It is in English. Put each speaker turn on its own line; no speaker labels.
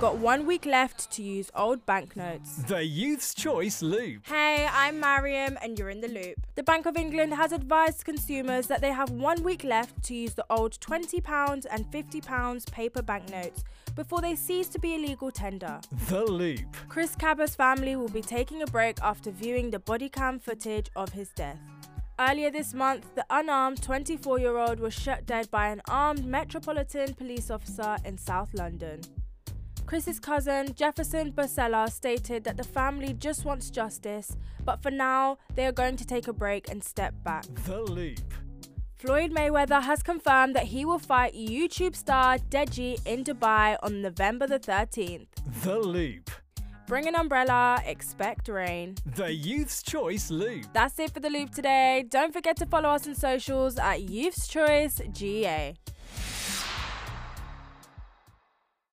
got one week left to use old banknotes.
The Youth's Choice Loop.
Hey, I'm Mariam, and you're in the loop. The Bank of England has advised consumers that they have one week left to use the old £20 and £50 paper banknotes before they cease to be illegal tender.
The Loop.
Chris Cabba's family will be taking a break after viewing the body cam footage of his death. Earlier this month, the unarmed 24 year old was shot dead by an armed Metropolitan Police officer in South London. Chris's cousin, Jefferson Bosella, stated that the family just wants justice, but for now, they are going to take a break and step back.
The Loop.
Floyd Mayweather has confirmed that he will fight YouTube star Deji in Dubai on November the 13th.
The Loop.
Bring an umbrella, expect rain.
The Youth's Choice Loop.
That's it for the loop today. Don't forget to follow us on socials at Youth's Choice GA.